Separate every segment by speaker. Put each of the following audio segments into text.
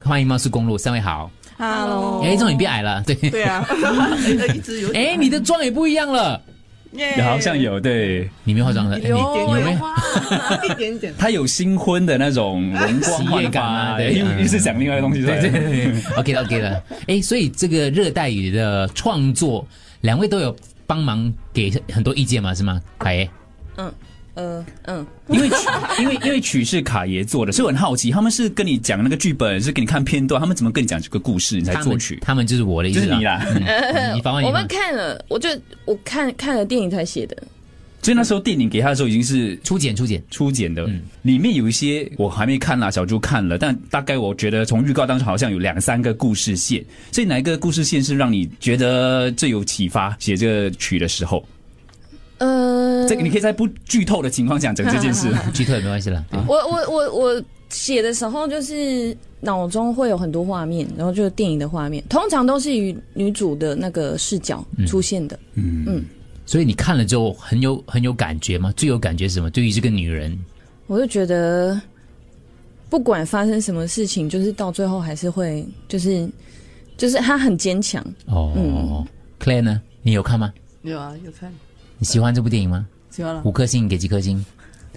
Speaker 1: 欢迎茂市公路，三位好。
Speaker 2: Hello，
Speaker 1: 哎，终于变矮了， 对。
Speaker 2: 哦对啊，一直有
Speaker 1: 哎，你的妆也不一样了，
Speaker 2: 耶
Speaker 3: 好像有对，
Speaker 1: 你没化妆了，哎，你
Speaker 2: 嗯有啊
Speaker 1: 你有没有？
Speaker 2: 一点点，
Speaker 3: 他有新婚的那种容光
Speaker 1: 喜悦
Speaker 3: 焕
Speaker 1: 感
Speaker 3: 发
Speaker 1: 啊
Speaker 3: 啊，
Speaker 1: 对
Speaker 3: 又
Speaker 1: 嗯
Speaker 3: 又是讲另外的东西出来
Speaker 1: 对对
Speaker 3: 了。
Speaker 1: 对对，OK 的 OK 的。哎，所以这个热带雨的创作，两位都有帮忙给很多意见嘛，是吗？凯爷，
Speaker 4: 嗯呃嗯，
Speaker 3: 因为曲因为因为曲是卡爷做的，所以我很好奇，他们是跟你讲那个剧本，是给你看片段，他们怎么跟你讲这个故事，你才
Speaker 1: 他
Speaker 3: 作
Speaker 1: 们
Speaker 3: 曲？
Speaker 1: 他们就是我的意
Speaker 3: 就
Speaker 1: 思
Speaker 3: 是
Speaker 1: 啦
Speaker 3: 你。啦，
Speaker 1: 你方案
Speaker 4: 我
Speaker 1: 有
Speaker 4: 们
Speaker 1: 吗？
Speaker 4: 看了，我就我看看了电影才写的，
Speaker 3: 所以那时候电影给他的时候已经是
Speaker 1: 初剪初剪，
Speaker 3: 初剪的，
Speaker 1: 嗯
Speaker 3: 里面有一些我还没看啦，小猪看了，但大概我觉得从预告当中好像有两三个故事线，所以哪一个故事线是让你觉得最有启发？写这个曲的时候，
Speaker 4: 呃，
Speaker 3: 这个你可以在不剧透的情况下讲这件事。
Speaker 1: 剧透也没关系了。对
Speaker 4: 我我我我写的时候，就是脑中会有很多画面，然后就是电影的画面，通常都是以女主的那个视角出现的。
Speaker 1: 所以你看了之后很有很有感觉吗？最有感觉是什么？对于这个女人，
Speaker 4: 我就觉得，不管发生什么事情，就是到最后还是会，就是就是她很坚强。
Speaker 2: 嗯
Speaker 1: 哦、c l a i r e 呢？你有看吗？
Speaker 2: 有啊，有看，
Speaker 1: 你喜欢这部电影吗？
Speaker 2: 喜欢了。
Speaker 1: 五颗星，你给几颗星？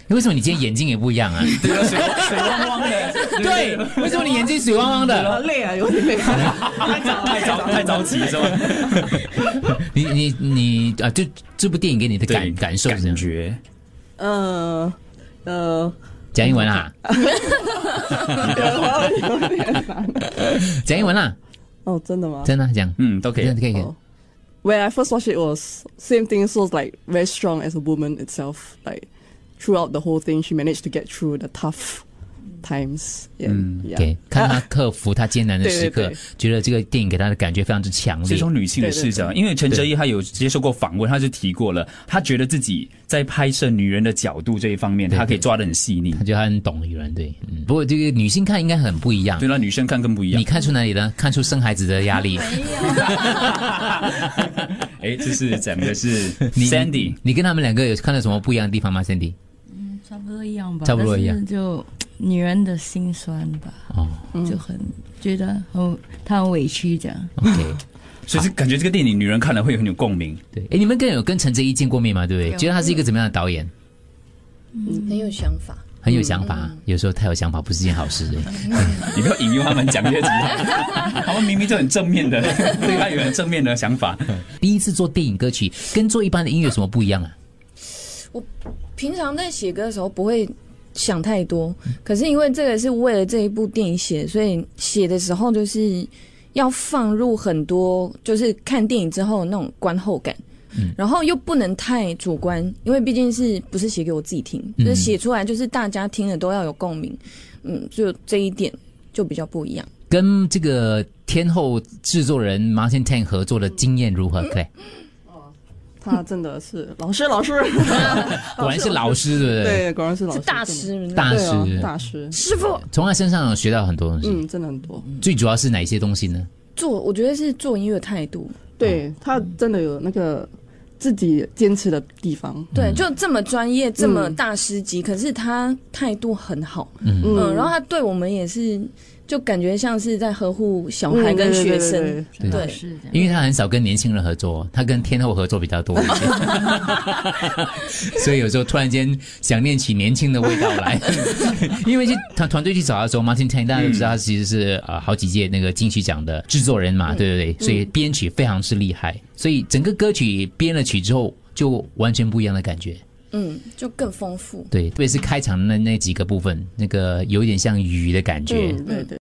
Speaker 1: 为什么你今天眼睛也不一 样啊？
Speaker 3: 对啊，水水汪汪的，
Speaker 1: 对，为什么你眼睛水汪汪的？
Speaker 2: 好累啊，有点 累，太早
Speaker 3: 太着太着急是吧？
Speaker 1: 你你你啊，就这部电影给你的感感受是什
Speaker 3: 感
Speaker 1: 么？
Speaker 3: 觉，
Speaker 2: 呃呃，
Speaker 1: 讲英文啊，讲英文啊，
Speaker 2: 啊哦，真的吗
Speaker 1: 真的啊讲，
Speaker 3: 嗯，都可
Speaker 1: 可
Speaker 3: 以
Speaker 1: 以。可以可以。
Speaker 2: 哦 When I first watched it was same thing, so it's like very strong as a woman itself. Like throughout the whole thing, she managed to get through the tough times. Yeah, yeah.
Speaker 1: 给看他克服他艰难的时刻
Speaker 2: 对对对，
Speaker 1: 觉得这个电影给他的感觉非常之强
Speaker 3: 是
Speaker 1: 烈。
Speaker 3: 从女性的视角，因为陈哲艺他有接受过访问，他就提过了，他觉得自己在拍摄女人的角度这一方面，
Speaker 1: 对
Speaker 3: 他可以抓得很细腻
Speaker 1: 他。觉得他很懂女人，对，嗯。不过这个女性看应该很不一样
Speaker 3: 对，，那女生看更不一样
Speaker 1: 你。看出哪里呢？看出生孩子的压 力。
Speaker 3: 哎，这是讲的是
Speaker 1: 你
Speaker 3: Sandy，
Speaker 1: 你跟他们两个有看到什么不一样的地方吗？Sandy，
Speaker 5: 差不多一样吧，
Speaker 1: 差不多一样
Speaker 5: 但是就女人的心酸吧，
Speaker 1: 哦
Speaker 5: 就很觉得很她很委屈这样。
Speaker 1: ，OK，
Speaker 3: 所以是感觉这个电影女人看了会很有共鸣。
Speaker 1: 对，哎，你们跟有跟陈哲一见过面吗？对不对？
Speaker 5: 有
Speaker 1: 觉得他是一个怎么样的导演？
Speaker 4: 嗯很有想法，
Speaker 1: 很有想法，有时候太有想法不是件好事。对
Speaker 3: 你不要引诱他们讲这些 其他，他们明明就很正面的，对他有很正面的想法。
Speaker 1: 第一次做电影歌曲，跟做一般的音乐有什么不一样啊？
Speaker 4: 平常在写歌的时候不会想太多，可是因为这个是为了这一部电影写，所以写的时候就是要放入很多，就是看电影之后那种观后感。然后又不能太主观，因为毕竟是不是写给我自己听，就是写出来就是大家听了都要有共鸣，嗯，就这一点就比较不一样。
Speaker 1: 跟这个天后制作人 Martin Tan 合作的经验如何？对，
Speaker 2: 他真的是老师，老师，
Speaker 1: 果然是老师，对不对？
Speaker 2: 对，果然是老师，哦
Speaker 4: 是大师，
Speaker 1: 大师，
Speaker 2: 啊大师，
Speaker 4: 师傅
Speaker 1: 从他身上有学到很多东
Speaker 2: 嗯
Speaker 1: 西。最主要是哪些东西呢？
Speaker 4: 做，我觉得是做音乐态度，
Speaker 2: 嗯，真的很多，对他真的有那个自己坚持的地方，
Speaker 4: 对，就这么专
Speaker 1: 嗯
Speaker 4: 业，这么大师级，可是他态度很好，嗯，然后他对我们也是，就感觉像是在呵护小
Speaker 1: 嗯
Speaker 4: 孩跟学生，
Speaker 1: 对
Speaker 4: 对
Speaker 5: 是这样。
Speaker 1: 因为他很少跟年轻人合作，他跟天后合作比较多一些，所以有时候突然间想念起年轻的味道来。因为去团团队去找他的时候，Martin Tan 大家都知道他其实是、呃好几届那个金曲奖的制作人嘛，对不对？所以编曲非常是厉害，所以整个歌曲编了曲之后就完全不一样的感觉。
Speaker 4: 嗯，就更丰富。
Speaker 1: 对，特别是开场的那那几个部分，那个有一点像雨的感觉。
Speaker 2: 对对。